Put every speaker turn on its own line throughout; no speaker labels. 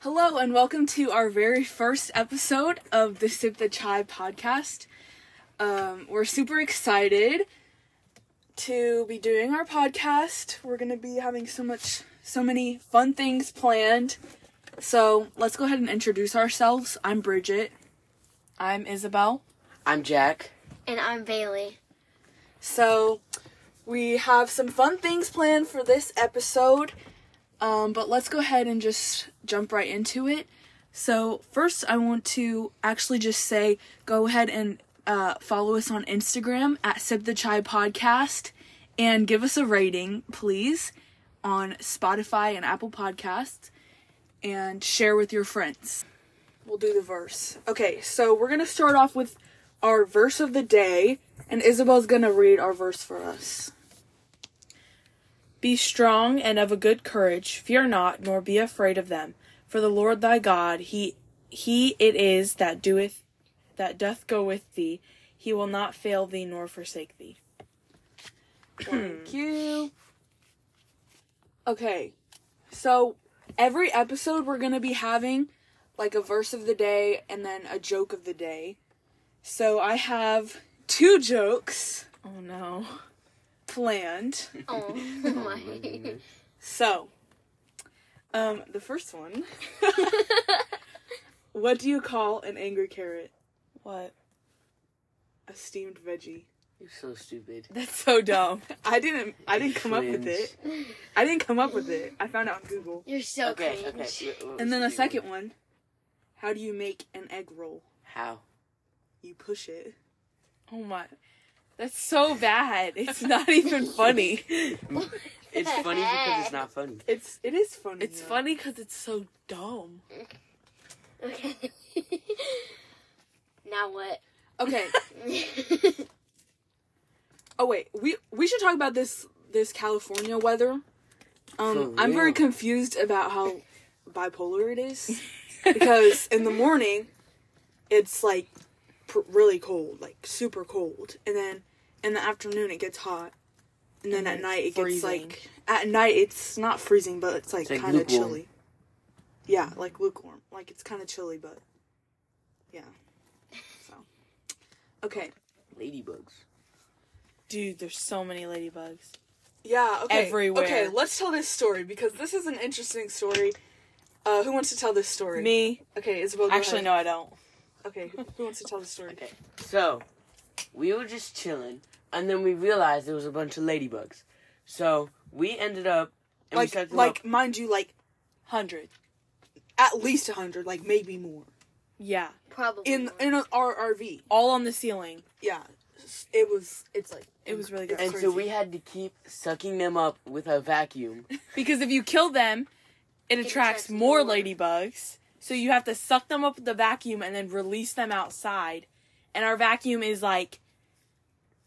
Hello, and welcome to our very first episode of the Sip the Chai podcast. Um, we're super excited to be doing our podcast. We're going to be having so much, so many fun things planned. So let's go ahead and introduce ourselves. I'm Bridget.
I'm Isabel.
I'm Jack.
And I'm Bailey.
So we have some fun things planned for this episode. Um, but let's go ahead and just jump right into it. So first, I want to actually just say, go ahead and uh, follow us on Instagram at Sip the Chai Podcast, and give us a rating, please, on Spotify and Apple Podcasts, and share with your friends. We'll do the verse. Okay, so we're gonna start off with our verse of the day, and Isabel's gonna read our verse for us.
Be strong and of a good courage. Fear not, nor be afraid of them. For the Lord thy God, he he it is that doeth that doth go with thee. He will not fail thee nor forsake thee.
Thank you. Okay, so every episode we're gonna be having like a verse of the day and then a joke of the day. So I have two jokes
Oh no.
planned.
Oh my.
So, um, the first one. what do you call an angry carrot?
What?
A steamed veggie.
You're so stupid.
That's so dumb.
I didn't. I didn't come up with it. I didn't come up with it. I found it on Google.
You're so
Okay, okay.
cringe.
what- what was
And then the
stupid?
second one. How do you make an egg roll?
How?
You push it.
oh my. That's so bad. It's not even funny.
It's
the
funny because
heck?
it's not funny.
It's it is funny.
It's
though.
funny because it's so dumb.
Okay. now what?
Okay. Oh wait, we we should talk about this this California weather. Um,
For
I'm very
real.
confused about how bipolar it is because in the morning it's like pr- really cold, like super cold, and then in the afternoon it gets hot, and then
And
at
then
night it gets
freezing.
like at night it's not freezing, but it's like
It's like
kind of
lukewarm.
chilly. Yeah, like lukewarm, like it's kind of chilly, but yeah. So okay,
Ladybugs.
Dude, there's so many ladybugs.
Yeah, okay.
Everywhere.
Okay, let's tell this story because this is an interesting story. Uh, who wants to tell this story?
Me?
Okay, Isabel. go
Actually,
ahead.
no, I don't.
Okay, who, who wants to tell the story?
Okay, so we were just chilling, and then we realized there was a bunch of ladybugs. So we ended up and we
Like,
set them
like,
up.
mind you, like
Hundred.
at least a hundred, like maybe more,
Yeah.
Probably.
in
not.
in our RV.
All on the ceiling.
Yeah, it was. It's like
It was really good.
and so we had to keep sucking them up with a vacuum.
Because if you kill them, it attracts,
attracts
more,
more.
ladybugs. So you have to suck them up with the vacuum and then release them outside. And our vacuum is like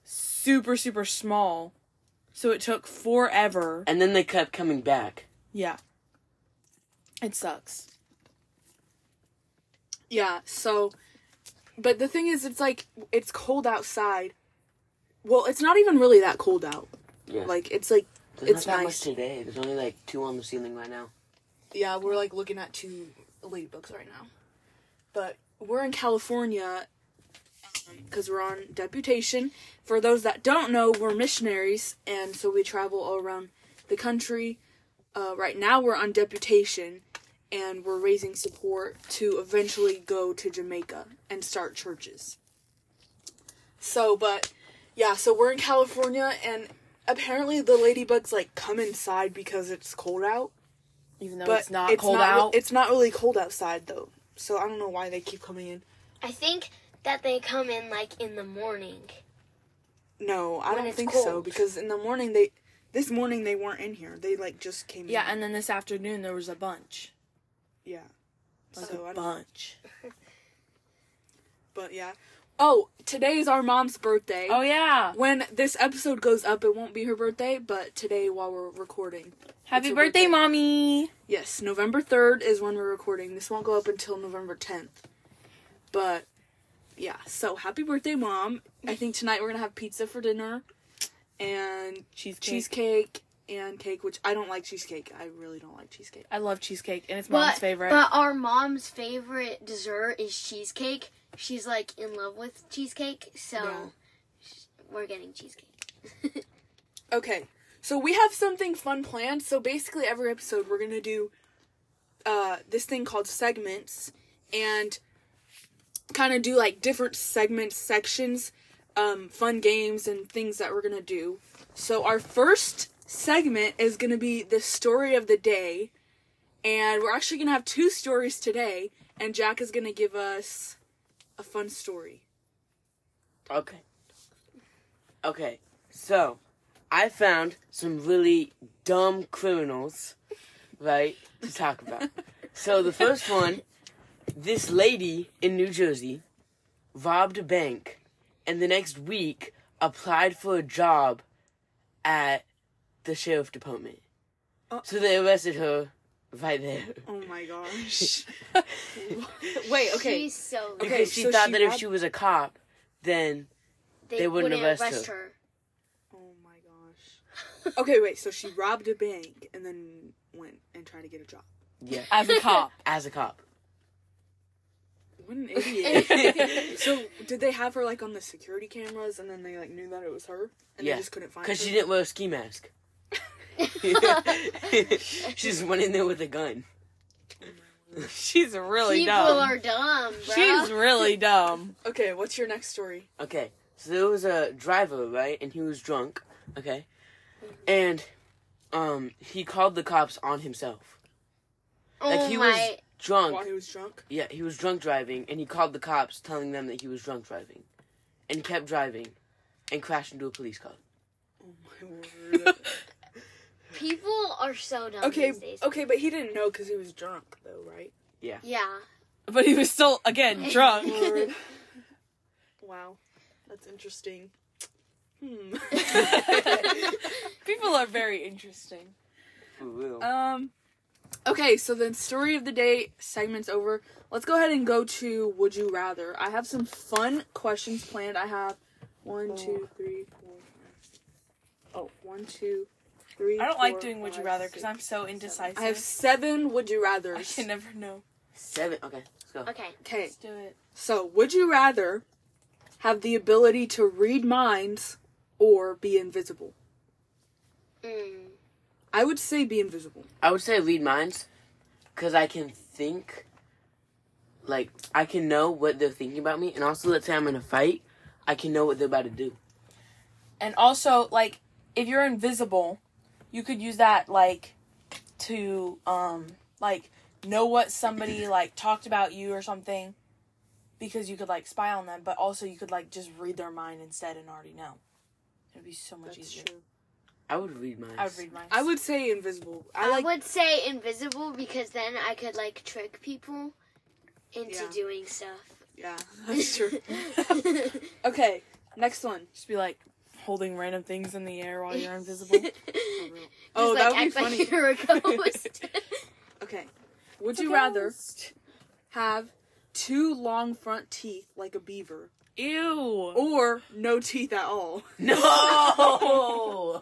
super, super small. So it took forever.
And then they kept coming back.
Yeah. It sucks.
Yeah, so but the thing is it's like it's cold outside. Well, it's not even really that cold out.
Yeah.
Like it's like
There's
it's
not that
nice.
much today. There's only like two on the ceiling right now.
Yeah, we're like looking at two ladybugs right now. But we're in California because we're on deputation. For those that don't know, we're missionaries, and so we travel all around the country. Uh, right now, we're on deputation, and we're raising support to eventually go to Jamaica and start churches. So, but yeah, so we're in California, and apparently the ladybugs like come inside because it's cold out
Even though
but
it's not cold
re-
out.
it's not really cold outside though, so I don't know why they keep coming in.
I think that they come in like in the morning.
No, I
When
don't
it's
think so
cold.
because in the morning they, this morning they weren't in here. They like just came.
yeah,
in.
and then this afternoon there was a bunch.
yeah.
Like
So I
a
don't.
bunch.
But yeah. Oh, today is our mom's birthday.
Oh yeah.
When this episode goes up, it won't be her birthday, but today while we're recording,
Happy
her
birthday,
birthday.
mommy.
yes, November third is when we're recording. This won't go up until November tenth, but. Yeah, so happy birthday, mom! I think tonight we're gonna have pizza for dinner, and
Cheesecake.
cheesecake and cake, which I don't like cheesecake. I really don't like cheesecake.
I love cheesecake, and it's
But,
mom's favorite.
But our mom's favorite dessert is cheesecake. She's like in love with cheesecake, so
Yeah.
sh- we're getting cheesecake.
Okay, so we have something fun planned. So basically, every episode we're gonna do uh, this thing called segments and kind of do like different segment sections, um, fun games, and things that we're gonna do. So our first segment is gonna be the story of the day, and we're actually gonna have two stories today, and Jack is gonna give us a fun story.
Okay. Okay. So, I found some really dumb criminals, right, to talk about. so, the first one this lady in New Jersey robbed a bank and the next week applied for a job at the sheriff department.
Oh.
So, they arrested her right there.
Oh my gosh. Wait, okay.
She's so
Okay,
Because she
so
thought
she
that if
robbed-
she was a cop, then
they,
they wouldn't arrest her.
Oh my gosh. Okay, wait. So she robbed a bank and then went and tried to get a job.
yeah,
as a cop,
as a cop.
What an idiot. so did they have her like on the security cameras and then they like knew that it was her and
Yeah,
they just couldn't find her?
Because she didn't wear a ski mask. she just went in there with a gun.
she's really
People
dumb.
are dumb, bro.
she's really dumb.
Okay, what's your next story?
Okay, so there was a driver, right? And he was drunk, okay?
Mm-hmm.
And, um, he called the cops on himself.
oh
Like, he
my.
was drunk.
While he was drunk?
Yeah, he was drunk driving, and he called the cops telling them that he was drunk driving. And kept driving, and crashed into a police car.
Oh my word.
People are so dumb
okay,
these days.
okay, but he didn't know because he was drunk though, right?
Yeah.
But he was still again drunk.
Lord. wow, that's interesting. Hmm.
People are very interesting.
For real.
Uh,
Um. Okay, so the story of the day segment's over. Let's go ahead and go to Would You Rather. I have some fun questions planned. I have one, two, three, four, five. Oh, one, two, three.
I don't like
four,
doing would you
five,
rather
six.
because I'm so indecisive.
I have seven Would You Rathers.
I can never know.
Seven, okay, let's go.
Okay.
Okay,
Let's do it.
so would you rather have the ability to read minds or be invisible?
Mm.
I would say be invisible.
I would say read minds, because I can think, like, I can know what they're thinking about me, and also, let's say I'm in a fight, I can know what they're about to do.
And also, like, if you're invisible, you could use that like to um like know what somebody like talked about you or something because you could like spy on them, but also you could like just read their mind instead and already know. It'd be so much easier.
I would read minds.
I would read minds.
I would say invisible. I,
I,
like
would say invisible because then I could like trick people into
Yeah.
doing stuff.
Yeah, that's true. okay, next one.
just be like holding random things in the air while you're invisible.
Oh,
Just,
that
like,
would be
act
funny.
Like you're a ghost.
Okay. Would you rather have two long front teeth like a beaver
Ew.
or no teeth at all?
Oh.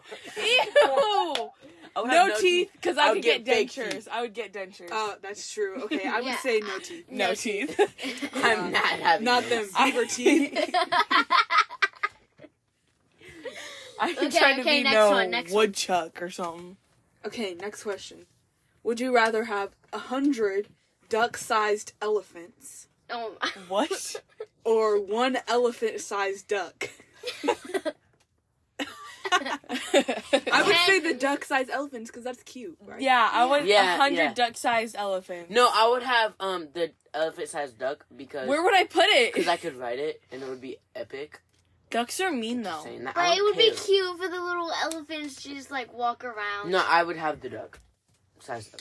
No!
Ew.
I would
no,
have
teeth because I,
I would
could get,
get fake
dentures.
teeth.
I would get dentures.
Oh, that's true. Okay, I would
Yeah.
say no teeth.
no,
no
teeth.
I'm not having
Not them
this.
beaver teeth.
I'm
Okay,
trying to
okay,
be
next
no
one, next one.
woodchuck or something.
Okay, next question. Would you rather have a hundred duck-sized elephants
oh,
What?
or one elephant-sized duck? I would say the duck-sized elephants because that's cute, right?
yeah, I want
Yeah,
a hundred
yeah.
duck-sized elephants.
No, I would have um the elephant-sized duck because
Where would I put
cause
it?
I could write it and it would be epic.
Ducks are mean though.
Saying that, I
but it
don't
would be
care.
cute for the little elephants to just like walk around.
No, I would have the duck. Size duck.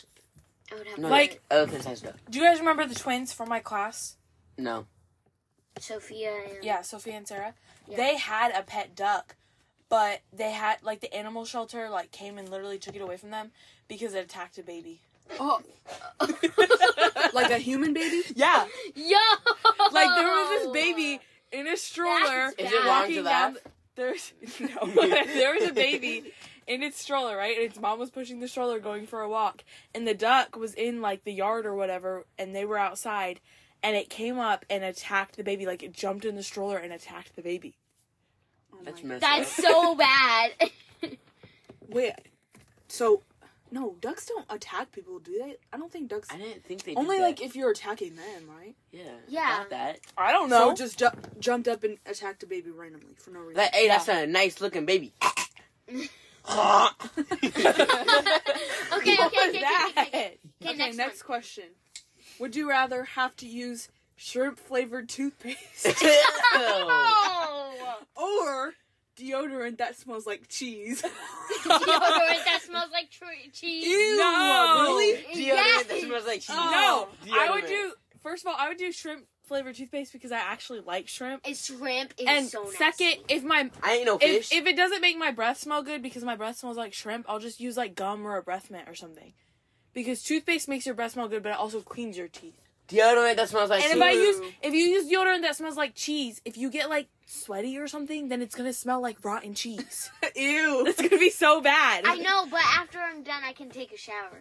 I would have
No,
Like-
elephant-sized duck.
Do you guys remember the twins from my class?
No.
Sophia. And,
Yeah, Sophia and Sarah.
Yeah.
They had a pet duck, but they had like the animal shelter like came and literally took it away from them because it attacked a baby.
Oh, like a human baby?
Yeah,
Yo.
like there was this baby in a stroller
Oh. That's
Is it wrong
walking
to
down.
laugh?
The, there's no, there was a baby in its stroller, right? And its mom was pushing the stroller going for a walk. And the duck was in like the yard or whatever, and they were outside, and it came up and attacked the baby. Like it jumped in the stroller and attacked the baby.
Oh
That's messed
That's
up.
so bad.
Wait. So, no, ducks don't attack people, do they? I don't think ducks.
I didn't think they
Only
did
like
that.
if you're attacking them, right?
yeah
Yeah.
about that
I don't
So
know.
it just ju- jumped up and attacked a baby randomly for no reason.
like hey that's a nice looking baby.
okay, okay, okay, okay, okay, okay, okay.
okay,
next
next, question. Would you rather have to use shrimp flavored toothpaste
Ew.
Oh,
or deodorant that smells like cheese?
deodorant that smells like tr- cheese.
Ew,
No.
really?
Deodorant that
Yes.
smells like cheese.
no, I would
Deodorant.
do. First of all, I would do shrimp flavored toothpaste because I actually like shrimp.
It's shrimp is
And
so nasty.
second, if my
I ain't no
if,
fish.
if it doesn't make my breath smell good because my breath smells like shrimp, I'll just use like gum or a breath mint or something. Because toothpaste makes your breath smell good, but it also cleans your teeth.
deodorant that smells like
And
cheese.
if I use
True.
if you use deodorant that smells like cheese, if you get like sweaty or something, then it's gonna smell like rotten cheese.
Ew.
it's gonna be so bad.
I know, but after I'm done, I can take a shower.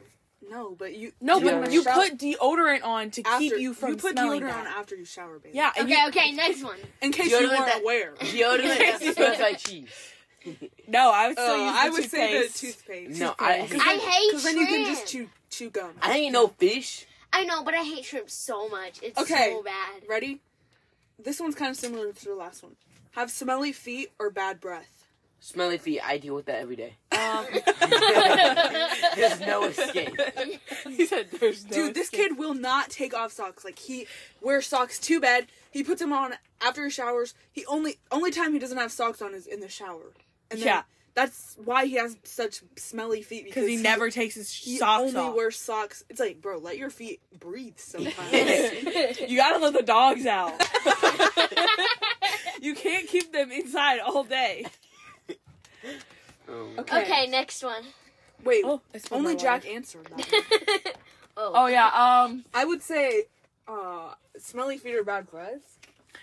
No, but you.
No,
Deodorant.
but you
shower-
put deodorant on to
after-
keep you from
You put
smelling
deodorant on
that.
after you shower, baby.
Yeah, and
Okay,
you-
okay, next one.
In case you
Deodorant
weren't
that-
aware.
deodorant that smells like cheese.
no, Oh, I would still
Uh,
use the
I would say the
toothpaste.
toothpaste.
No, I-
Toothpaste.
I hate
Because then you can just
shrimp.
chew chew gum.
I ain't no fish.
I know, but I hate shrimp so much. It's
Okay.
so bad.
Ready? This one's kind of similar to the last one. Have smelly feet or bad breath?
Smelly feet. I deal with that every day.
Um.
There's no escape.
he said, "There's no."
Dude, this
escape."
kid will not take off socks. Like he wears socks to bed. He puts them on after he showers. He only only time he doesn't have socks on is in the shower. And then
Yeah.
that's why he has such smelly feet
because he never takes his
he
socks
only
off.
wears socks. It's like, bro, let your feet breathe sometimes.
Yes.
You gotta let the dogs out. you can't keep them inside all day.
Um,
okay.
okay, next one.
Wait.
I spilled
only
Oh, my
Jack
water.
answered that. one.
Oh yeah. Um,
I would say uh smelly feet or bad breath.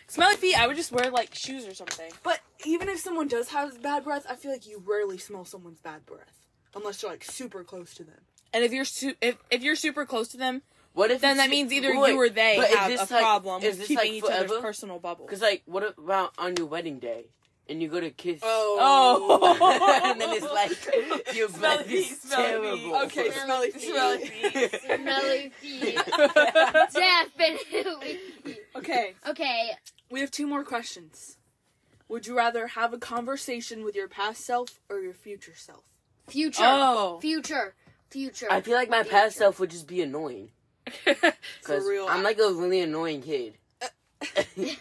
smelly feet. I would just wear like shoes or something.
But even if someone does have bad breath, I feel like you rarely smell someone's bad breath unless you're like super close to them.
And if you're su- if if you're super close to them,
What if
then
it's-
that means either
wait,
you or they
but is
have a
this, like-
problem
is
with
this,
keeping
like,
each
forever?
other's personal bubble.
Cause like, what about on your wedding day and you go to kiss?
Oh.
and then it's like your breath
Smelly,
is
smelly.
terrible.
Okay, Oh. smelly feet.
Smelly feet. Smelly feet. Definitely.
Okay,
Okay.
we have two more questions. Would you rather have a conversation with your past self or your future self?
Future.
Oh.
Future. Future.
I feel like my past self would just be annoying. Cause
real.
I'm like a really annoying kid.
I would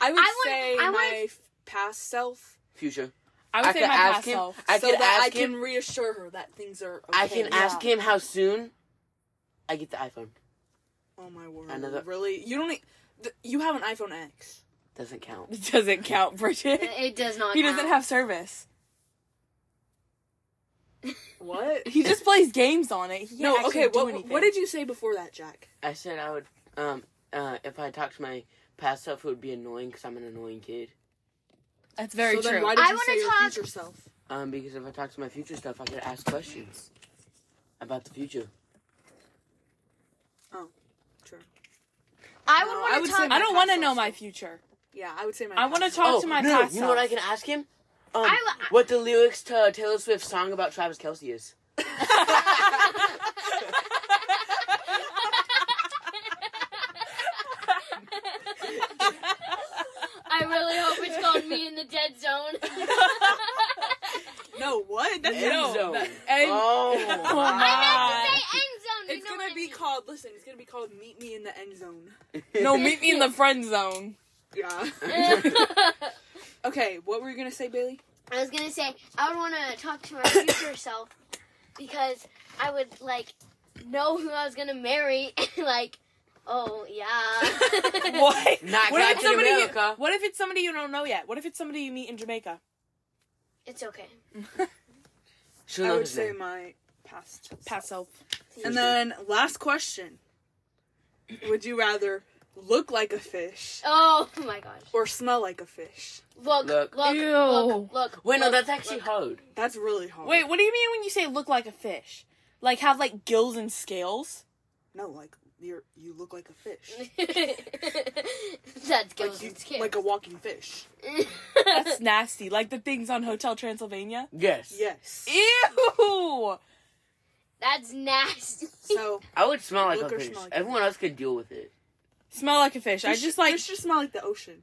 I would-
say
I would-
my f- past self
Future.
I would
I,
say
could
my
ask
past
him.
self.
I
so
could
that I
ask him.
can reassure her that things are okay.
I can
Yeah.
ask him how soon I get the iPhone.
Oh my word.
Another-
Really? You don't e- th- you have an iPhone X.
Doesn't count.
It doesn't count, Bridget.
It does not.
He doesn't
count.
have service.
What?
He just plays games on it. He
No, okay,
Do
what
anything.
what did you say before that, Jack?
I said I would. Um. Uh. If I talked to my past self, it would be annoying because I'm an annoying kid.
That's very
so
true.
Then why did
I
you
wanna
say your
talk-
future self?
Um. Because if I talk to my future self, I could ask questions about the future.
I would
No,
want
I
to
would
talk.
say
I don't
my
want to
past
know
self.
my future.
Yeah, I would say my.
I want to
past
talk
oh,
to my
no,
past
You know what I
self.
can ask him? Um,
I- I-
what the lyrics to Taylor Swift's song about Travis Kelsey is.
I really hope it's called Me in the Dead Zone.
self. No, what? That's
End
No,
zone.
that- and-
oh,
Oh
wow.
I meant
my.
to say end zone.
It's
you know
gonna
what
be
I mean.
called. Listen, it's gonna be called "Meet Me in the End Zone."
No, meet me in the friend zone.
Yeah. okay, what were you gonna say, Bailey?
I was gonna say I would want to talk to my future self because I would like know who I was gonna marry. like, oh yeah.
What?
Not
what if
Captain
it's somebody?
America.
What if it's somebody you don't know yet? What if it's somebody you meet in Jamaica?
it's okay.
She'll
I
know
would
his
say
name.
my past.
Past self.
And then last question: Would you rather look like a fish
Oh my gosh.
or smell like a fish.
Look,
Look.
look, look,
Ew.
look,
Wait, no,
look,
that's actually
look.
hard.
That's really hard.
Wait, what do you mean when you say look like a fish? Like have like gills and scales?
no, like you're you look like a fish,
that's
like,
gills
you,
and scales.
like a walking fish.
That's nasty. Like the things on Hotel Transylvania.
Yes.
Yes.
Ew.
that's nasty.
So
I would smell like
Look
a
or
fish.
smell like a
Everyone else could deal with it.
Smell like a fish. I
fish-
just like
fish just smell like the ocean.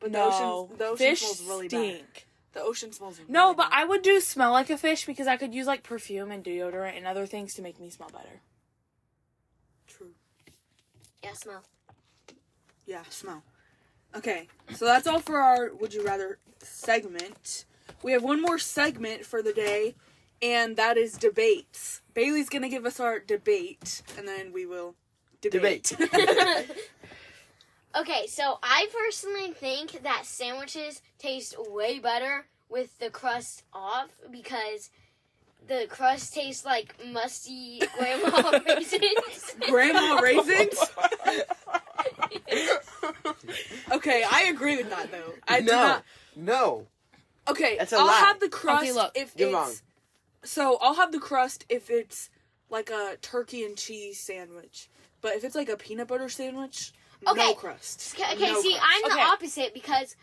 But
no.
the ocean, the ocean
fish
smells really bad.
stink.
The ocean smells. Really
No, but
bad.
I would do smell like a fish because I could use like perfume and deodorant and other things to make me smell better.
True.
yeah, smell.
Yeah, smell. Okay, so that's all for our would you rather segment. We have one more segment for the day, and that is debates. Bailey's gonna give us our debate, and then we will debate.
Okay, so I personally think that sandwiches taste way better with the crust off because the crust tastes like musty grandma raisins.
Grandma raisins. okay, I agree with that though. I do not.
No.
Okay,
That's a
I'll
lie.
have the crust
Okay, look,
if
you're
it's
wrong.
so I'll have the crust if it's like a turkey and cheese sandwich. But if it's like a peanut butter sandwich, no
Okay.
crust.
Okay, okay,
No
see,
crust.
I'm
Okay.
the opposite because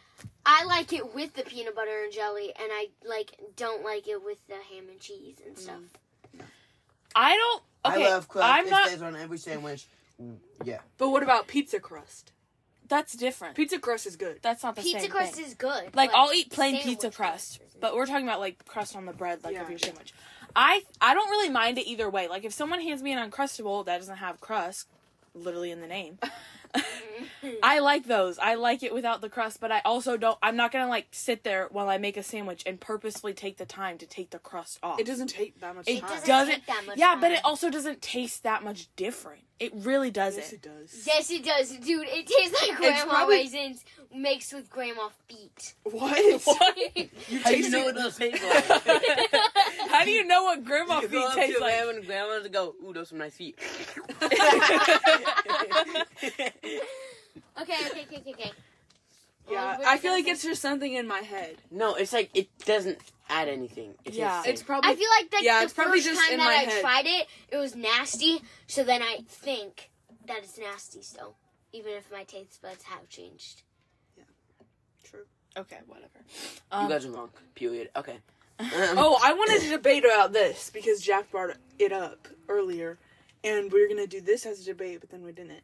I like it with the peanut butter and jelly, and I like don't like it with the ham and cheese
Mm,
and stuff.
I don't. Okay,
I love crust.
I'm
it
not.
stays on every sandwich. Mm, Yeah.
But what about pizza crust?
That's different.
Pizza crust is good.
That's not the
Pizza
same
crust
thing.
is good.
like
but
I'll eat plain
sandwich
pizza crust,
isn't.
but we're talking about like crust on the bread, like
Yeah.
of your sandwich. I I don't really mind it either way. Like if someone hands me an uncrustable that doesn't have crust, literally in the name, I like those. I like it without the crust, but I also don't. I'm not gonna like sit there while I make a sandwich and purposely take the time to take the crust off.
It doesn't take that much
It
time.
doesn't.
doesn't take that much
yeah, but
time.
it also doesn't taste that much different. It really doesn't.
Yes, it does.
Yes, it does, dude. It tastes like grandma
probably-
raisins mixed with grandma feet.
What?
You How do you
taste
know
it-
what those taste like?
How do you know what grandma
you
feet
go up to
tastes
your
like?
grandma and grandma's and go, ooh, those are nice feet.
Okay, okay, okay, okay, Oh, okay.
Yeah,
Well,
I feel like
we're-
it's just something in my head.
no, it's like it doesn't add anything. It tastes
Yeah.
the same.
It's probably
I feel like that
Yeah,
the
it's probably
first
just
time
in
that
my
I
head.
tried it, it was nasty. So then I think that it's nasty still, even if my taste buds have changed.
true.
Okay, whatever.
you
Um,
guys are wrong. Period. Okay. Um,
Oh, I wanted to debate about this because Jack brought it up earlier, and we were gonna do this as a debate, but then we didn't.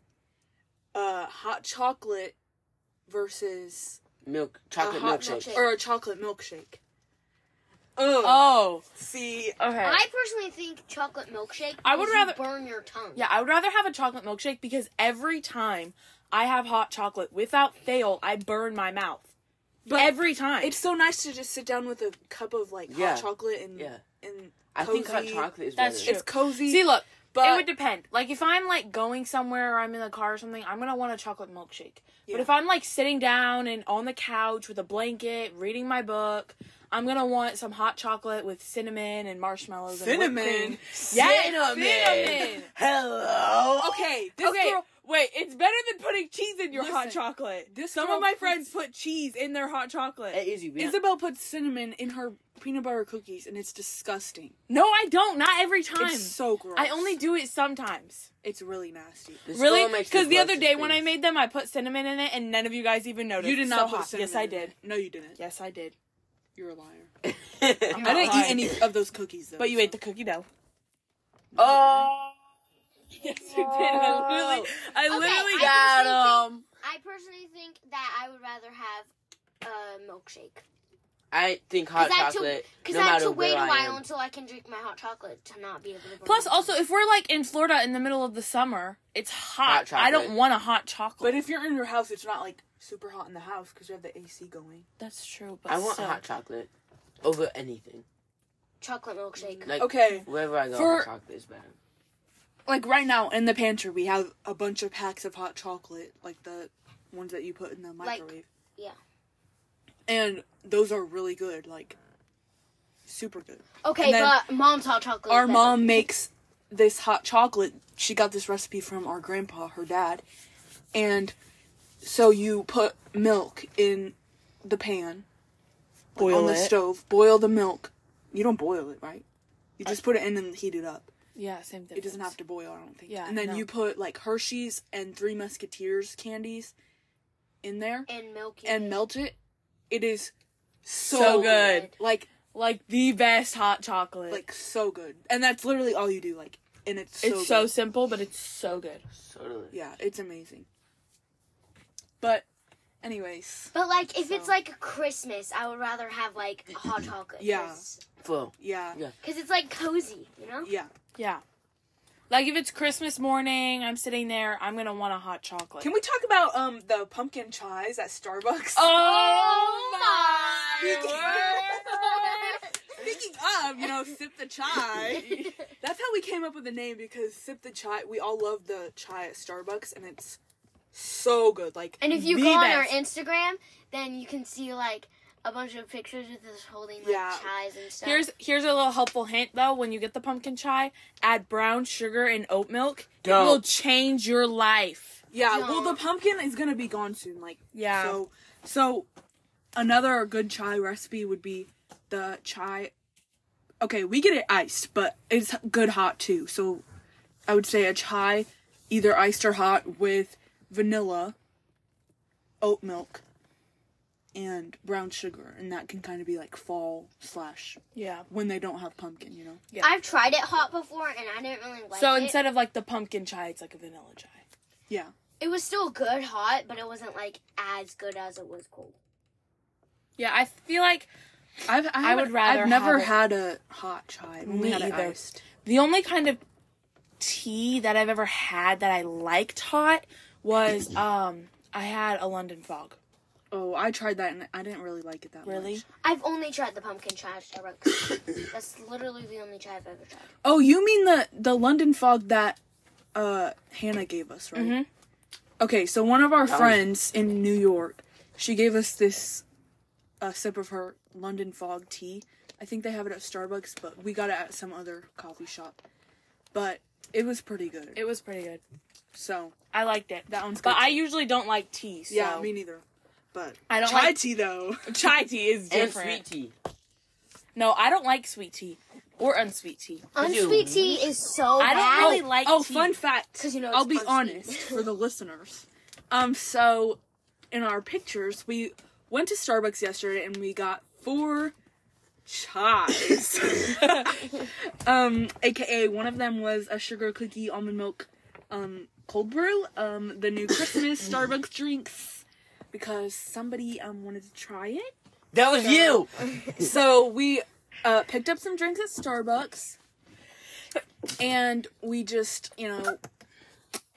Uh, hot chocolate versus
milk
a
chocolate
hot
milkshake.
milkshake.
or a chocolate milkshake. Ugh.
Oh,
see,
okay.
I personally think chocolate milkshake.
I would
because you
rather-
burn your tongue.
Yeah, I would rather have a chocolate milkshake because every time I have hot chocolate, without fail, I burn my mouth.
but
every time.
it's so nice to just sit down with a cup of like
Yeah.
hot chocolate and
Yeah.
and
I think hot
cozy.
chocolate is
That's
better.
true.
It's cozy.
See, look,
but
it would depend. Like if I'm like going somewhere or I'm in the car or something, I'm gonna want a chocolate milkshake.
Yeah.
But if I'm like sitting down and on the couch with a blanket reading my book, I'm gonna want some hot chocolate with cinnamon and marshmallows. and whipped cream.
cinnamon.
Yes, cinnamon.
Hello.
Okay, this
okay,
girl.
wait. It's better than putting cheese in your hot
Listen,
chocolate.
this
Some
girl
of my
puts-
friends put cheese in their hot chocolate.
Hey, Izzy, we
Isabel puts cinnamon in her peanut butter cookies, and it's disgusting.
No, I don't. Not every time.
It's so gross.
I only do it sometimes.
It's really nasty.
this
really?
girl makes
Because the other
grossest
day when I
things.
made them, I put cinnamon in it, and none of you guys even noticed.
You did
So
not put
hot.
cinnamon.
Yes, I
in it.
did.
No, you didn't.
Yes, I did.
You're a liar.
I'm
I
not
didn't eat
lying.
any of those cookies though.
But you ate the cookie dough.
oh,
Yes, you did. I literally, I literally
I
got
personally
them.
I personally think that I would rather have a milkshake.
I think hot
Because I have to,
chocolate.
'cause
no
I have
matter
to wait
where
a
I
while
am.
until I can drink my hot chocolate to not be able to. burn
Plus,
my
also, if we're like in Florida in the middle of the summer, it's hot.
Hot
I don't
chocolate.
want a hot chocolate.
But if you're in your house, it's not like super hot in the house because you have the AC going.
That's true. But
I want
so-
hot chocolate over anything.
chocolate milkshake.
Like
Okay.
wherever I go,
For-
hot chocolate is better.
Like right now in the pantry, we have a bunch of packs of hot chocolate, like the ones that you put in the
Like-
microwave.
yeah.
And those are really good, like super good.
Okay,
And then-
but mom's hot chocolate. is
Our
better.
mom makes this hot chocolate. She got this recipe from our grandpa, her dad, and so you put milk in the pan like,
Boil
on the
it.
stove. Boil the milk. You don't boil it, right? You just put it in and heat it up.
Yeah, same thing.
It doesn't have to boil, I don't think.
Yeah,
And then
no.
you put like Hershey's and Three Musketeers candies in there
and milky.
and melt it. It is so,
So good.
Like
Like the best hot chocolate.
like so good. And that's literally all you do like and it's so
it's so
good.
simple, but it's so good.
So delicious.
Yeah, it's amazing. But anyways,
But like, if it's like Christmas, I would rather have like hot chocolate.
Yeah.
Full.
yeah.
Yeah.
Because it's like cozy, you know.
Yeah.
Yeah. Like if it's Christmas morning, I'm sitting there, I'm gonna want a hot chocolate.
Can we talk about um the pumpkin pies at Starbucks?
Oh, my word.
Speaking of, you know, sip the chai. That's how we came up with the name because sip the chai. We all love the chai at Starbucks, and it's so good. Like,
And if you
the
go on our
best.
Instagram, then you can see like a bunch of pictures with us holding like
Yeah.
chais and stuff.
Here's here's a little helpful hint though. When you get the pumpkin chai, add brown sugar and oat milk.
Don't.
It will change your life.
yeah,
Yeah.
well, the pumpkin is gonna be gone soon. Like,
Yeah.
So, so another good chai recipe would be the chai. Okay, we get it iced, but it's good hot too. So, I would say a chai, either iced or hot, with vanilla, oat milk, and brown sugar, and that can kind of be like fall slash
Yeah.
when they don't have pumpkin, you know.
Yeah.
I've tried it hot before, and I didn't really like
so
it.
instead of like the pumpkin chai, it's like a vanilla chai.
Yeah.
it was still good hot, but it wasn't like as good as it was cold.
Yeah, I feel like
I've, I, haven't-
would rather
I've never
have
had a hot chai. I've only
Me
had it
either.
iced.
the only kind of tea that I've ever had that I liked hot was um I had a London fog.
Oh, I tried that and I didn't really like it that much.
Really?
I've only tried the pumpkin chai at Starbucks. That's literally the only chai I've ever tried.
Oh, you mean the the London fog that uh Hannah gave us, right? Okay, so one of our friends in New York, she gave us this a sip of her London fog tea. I think they have it at Starbucks, but we got it at some other coffee shop. But it was pretty good.
It was pretty good.
so
I liked it.
that one's good.
But I usually don't like tea. So
yeah, me neither. But
I don't
chai
like-
tea though.
chai tea is
And
different.
sweet tea.
No, I don't like sweet tea or unsweet tea.
do.
Unsweet tea is so
I don't
bad.
really like
oh,
tea.
fun fact.
'Cause you know
I'll
it's
be
unsweet.
honest for the listeners. Um, so in our pictures, we went to Starbucks yesterday and we got four chais. um, aka one of them was a sugar cookie almond milk um cold brew, um, the new Christmas Starbucks drinks. Because somebody um wanted to try it
That was you.
so we uh, picked up some drinks at Starbucks, and we just you know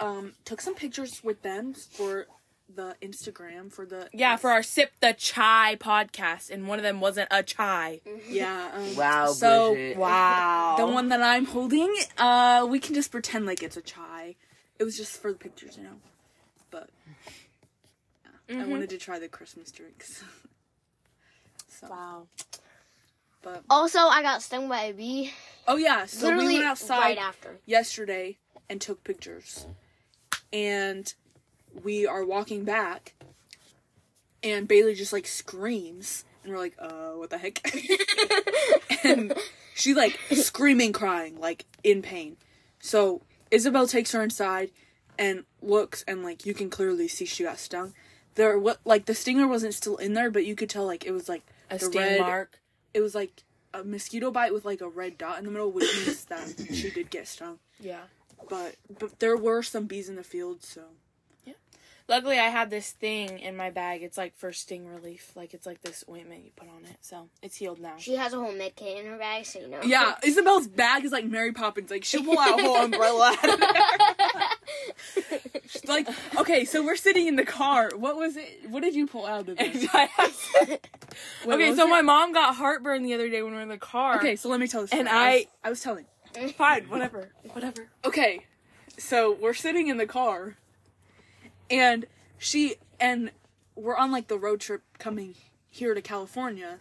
um, took some pictures with them for the Instagram for the
Yeah, for our sip the chai podcast, and one of them wasn't a chai.
yeah um,
Wow,
so
Bridget.
Wow.
the one that I'm holding uh we can just pretend like it's a chai. It was just for the pictures, you know, but. yeah,
Mm-hmm.
I wanted to try the Christmas drinks. so,
Wow.
But
Also, I got stung by a bee.
oh yeah, so
literally
we went outside.
right after.
yesterday and took pictures. And we are walking back, and Bailey just like screams, and we're like, uh, what the heck? and she like screaming, crying, like in pain. So Isabel takes her inside and looks, and like you can clearly see she got stung. There, what like the stinger wasn't still in there, but you could tell like it was like
A
the
stain
red-
mark.
It was like a mosquito bite with like a red dot in the middle, which means that she did get stung
Yeah.
but but there were some bees in the field, so
Luckily, I had this thing in my bag. It's like for sting relief. Like it's like this ointment you put on it, so it's healed now.
She has a whole med kit in her bag, so you know.
yeah, Isabel's bag is like Mary Poppins, like she'll pull out a whole umbrella out of there. She's like, okay, so we're sitting in the car. What was it? What did you pull out of it?
okay,
was
so
it?
my mom got heartburn the other day when we were in the car.
Okay, so let me tell this.
And
story. I was,
I-
I was telling.
fine, whatever, whatever.
okay so we're sitting in the car and she and we're on like the road trip coming here to california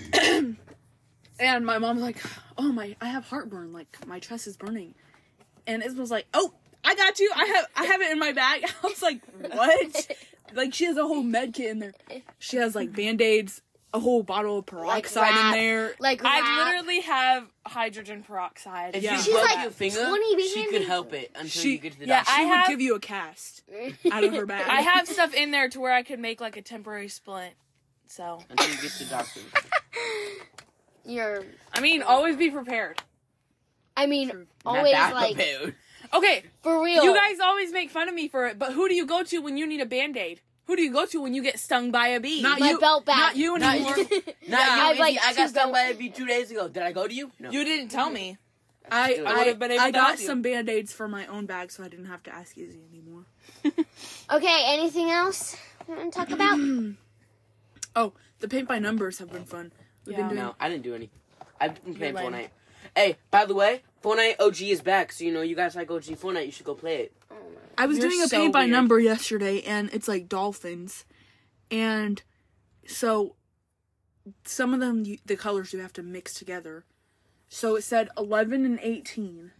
and my mom's like oh my i have heartburn like my chest is burning and it was like oh I got you. I have I have it in my bag. I was like, what? Like she has a whole med kit in there. She has like band-aids, a whole bottle of peroxide in
wrap.
there.
Like
I
wrap.
literally have hydrogen peroxide.
If
Yeah.
you
She's
broke
like
your finger,
20
she could
behind.
help it until
She
you get to the
yeah,
doctor.
she
I
would
have-
give you a cast out of her bag.
I have stuff in there to where I could make like a temporary splint. So
until you get to the doctor.
You're.
I mean, always be prepared.
I mean,
Not
always
that
like
prepared.
Okay,
for real.
you guys always make fun of me for it, but who do you go to when you need a band aid? Who do you go to when you get stung by a bee?
Not
my
you-
belt back.
Not you
Not
anymore.
Not
I
you,
have,
Izzy.
like,
I
two
got stung by
belt-
a bee two days ago. Did I go to you? No.
you didn't tell me.
I
I
I,
would've been able
I
to
got
help you.
some band-aids for my own bag so I didn't have to ask Izzy anymore.
Okay. Anything else you want to talk about?
Oh, the paint by numbers have been fun. We've been
Yeah.
doing
No, I didn't do any. I've been playing
You're
Fortnite.
lame.
Hey, by the way, Fortnite OG is back, so you know you guys like OG Fortnite, you should go play it.
I was
You're
doing a
so
paint by
weird.
number yesterday, and it's like dolphins, and so some of them you, the colors you have to mix together. So it said eleven and eighteen,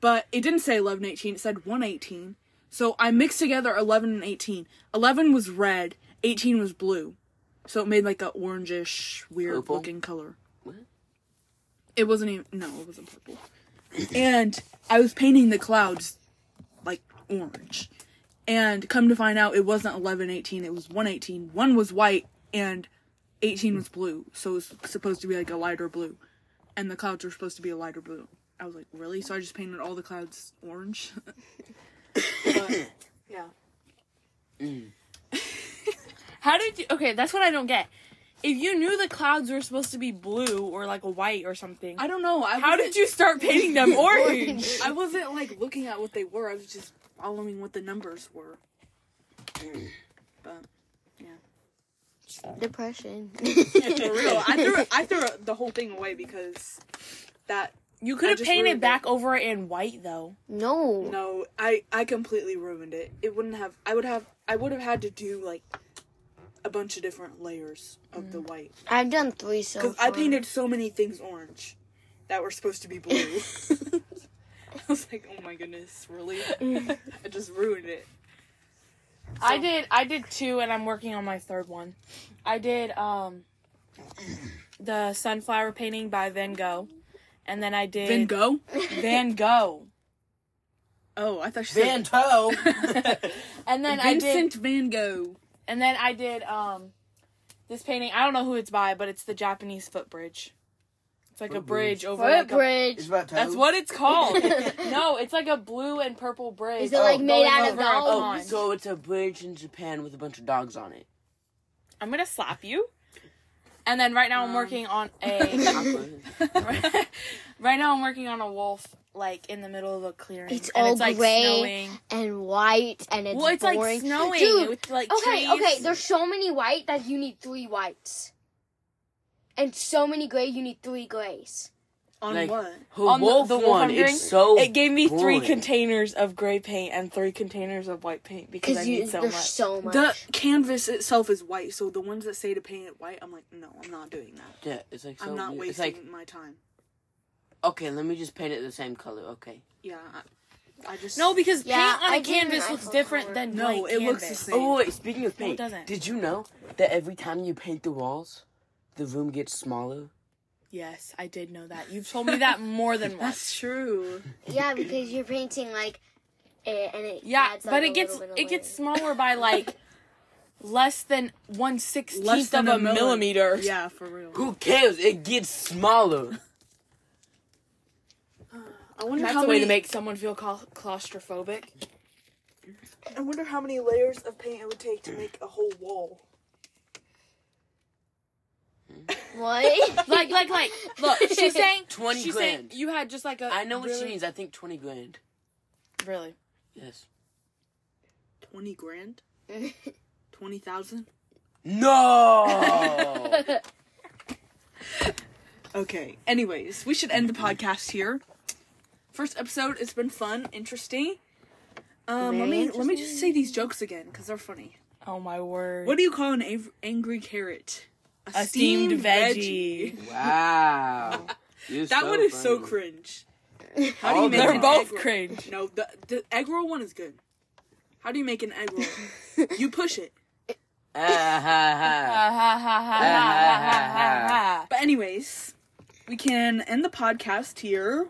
but it didn't say eleven eighteen. It said one eighteen. So I mixed together eleven and eighteen. Eleven was red, eighteen was blue, so it made like a orangish, weird
Purple?
looking color.
What?
It wasn't even no, it wasn't purple. and I was painting the clouds like orange. And come to find out, it wasn't 11, 18, it was 118. One was white and 18 was blue. So it was supposed to be like a lighter blue. And the clouds were supposed to be a lighter blue. I was like, really? So I just painted all the clouds orange?
Yeah. How did you? Okay, that's what I don't get. If you knew the clouds were supposed to be blue or like a white or something,
I don't know. I
how
wasn't-
did you start painting them orange?
I wasn't like looking at what they were. I was just following what the numbers were. But
Depression.
for real, I threw I threw the whole thing away because that
You could have
just
painted
ruined it.
back over it in white though.
no.
No, I I completely ruined it. It wouldn't have. I would have. I would have had to do like a bunch of different layers of the white
I've done three so
because I painted so many things orange that were supposed to be blue. I was like, oh my goodness, really? I just ruined it.
I did I did two and I'm working on my third one. I did um the sunflower painting by Van Gogh. And then I did
Van Gogh.
Van Gogh.
Oh, I thought she
Van
said
Toe!
And then I did
Vincent Van Gogh.
and then I did um this painting. I don't know who it's by, but it's the Japanese footbridge. It's like a
Footbridge.
bridge over like a-
It's
Footbridge.
about time.
That's what it's called. no, it's like a blue and purple bridge.
Is it like
Oh,
made
going
out of
over a
dolls?
pond.
so it's a bridge in Japan with a bunch of dogs on it.
I'm gonna slap you. And then right now
Um,
I'm working on a
Awkward.
right now I'm working on a wolf like in the middle of a clearing.
It's
and
all
it's like
gray.
snowing.
And white and it's
Well, it's
boring.
like snowing
Dude,
with like
Okay,
trees.
okay. There's so many white that you need three whites, and so many gray you need three grays.
On
Like-
what?
Her
On the,
wolf
the wolf
one,
I'm doing,
it's so.
it gave me three
boring.
containers of gray paint and three containers of white paint because I
Because you
need so
there's
much.
so much.
The canvas itself is white, so the ones that say to paint it white, I'm like, no, I'm not doing that.
Yeah, it's like so.
I'm not
weird. It's
wasting
like,
my time.
okay, let me just paint it the same color. Okay.
Yeah, I, I just
no, because
Yeah,
paint on a
I didn't
canvas
like
looks
the
different
color.
than
No,
blank
it looks the
canvas.
same.
Oh wait, speaking of
No, it
paint,
doesn't.
did you know that every time you paint the walls, the room gets smaller?
Yes, I did know that. You've told me that more than once.
That's true.
yeah, because you're painting like it, and it
Yeah,
adds,
but
like, a
it gets
little bit of
it gets
layer.
smaller by like less than one sixteenth
Less than
of
a
a,
milli-
millimeter.
Yeah, for real.
Who cares? It gets smaller.
I wonder
That's
how
a way
many.
to make someone feel cla- claustrophobic.
I wonder how many layers of paint it would take to make a whole wall.
what?
Like, like, like. Look, she's saying
20
she's saying
grand.
you had just like a.
I know what
really,
she means. I think twenty grand.
Really,
Yes.
Twenty grand. Twenty thousand.
No.
Okay. Anyways, we should end the podcast here. First episode. It's been fun, interesting. Um, let
Very
me let me just say these jokes again because they're funny.
oh my word!
What do you call an av- angry carrot?
a steamed, veggie.
wow.
That one is so cringe. How do you
All
make
They're
an
both
egg roll?
cringe.
No, the, the egg roll one is good. How do you make an egg roll? you push it.
Ah, ha, ha.
But anyways, we can end the podcast here.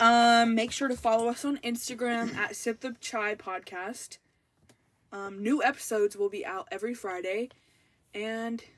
Um, make sure to follow us on Instagram at Sip the Chai Podcast. Um, new episodes will be out every Friday, and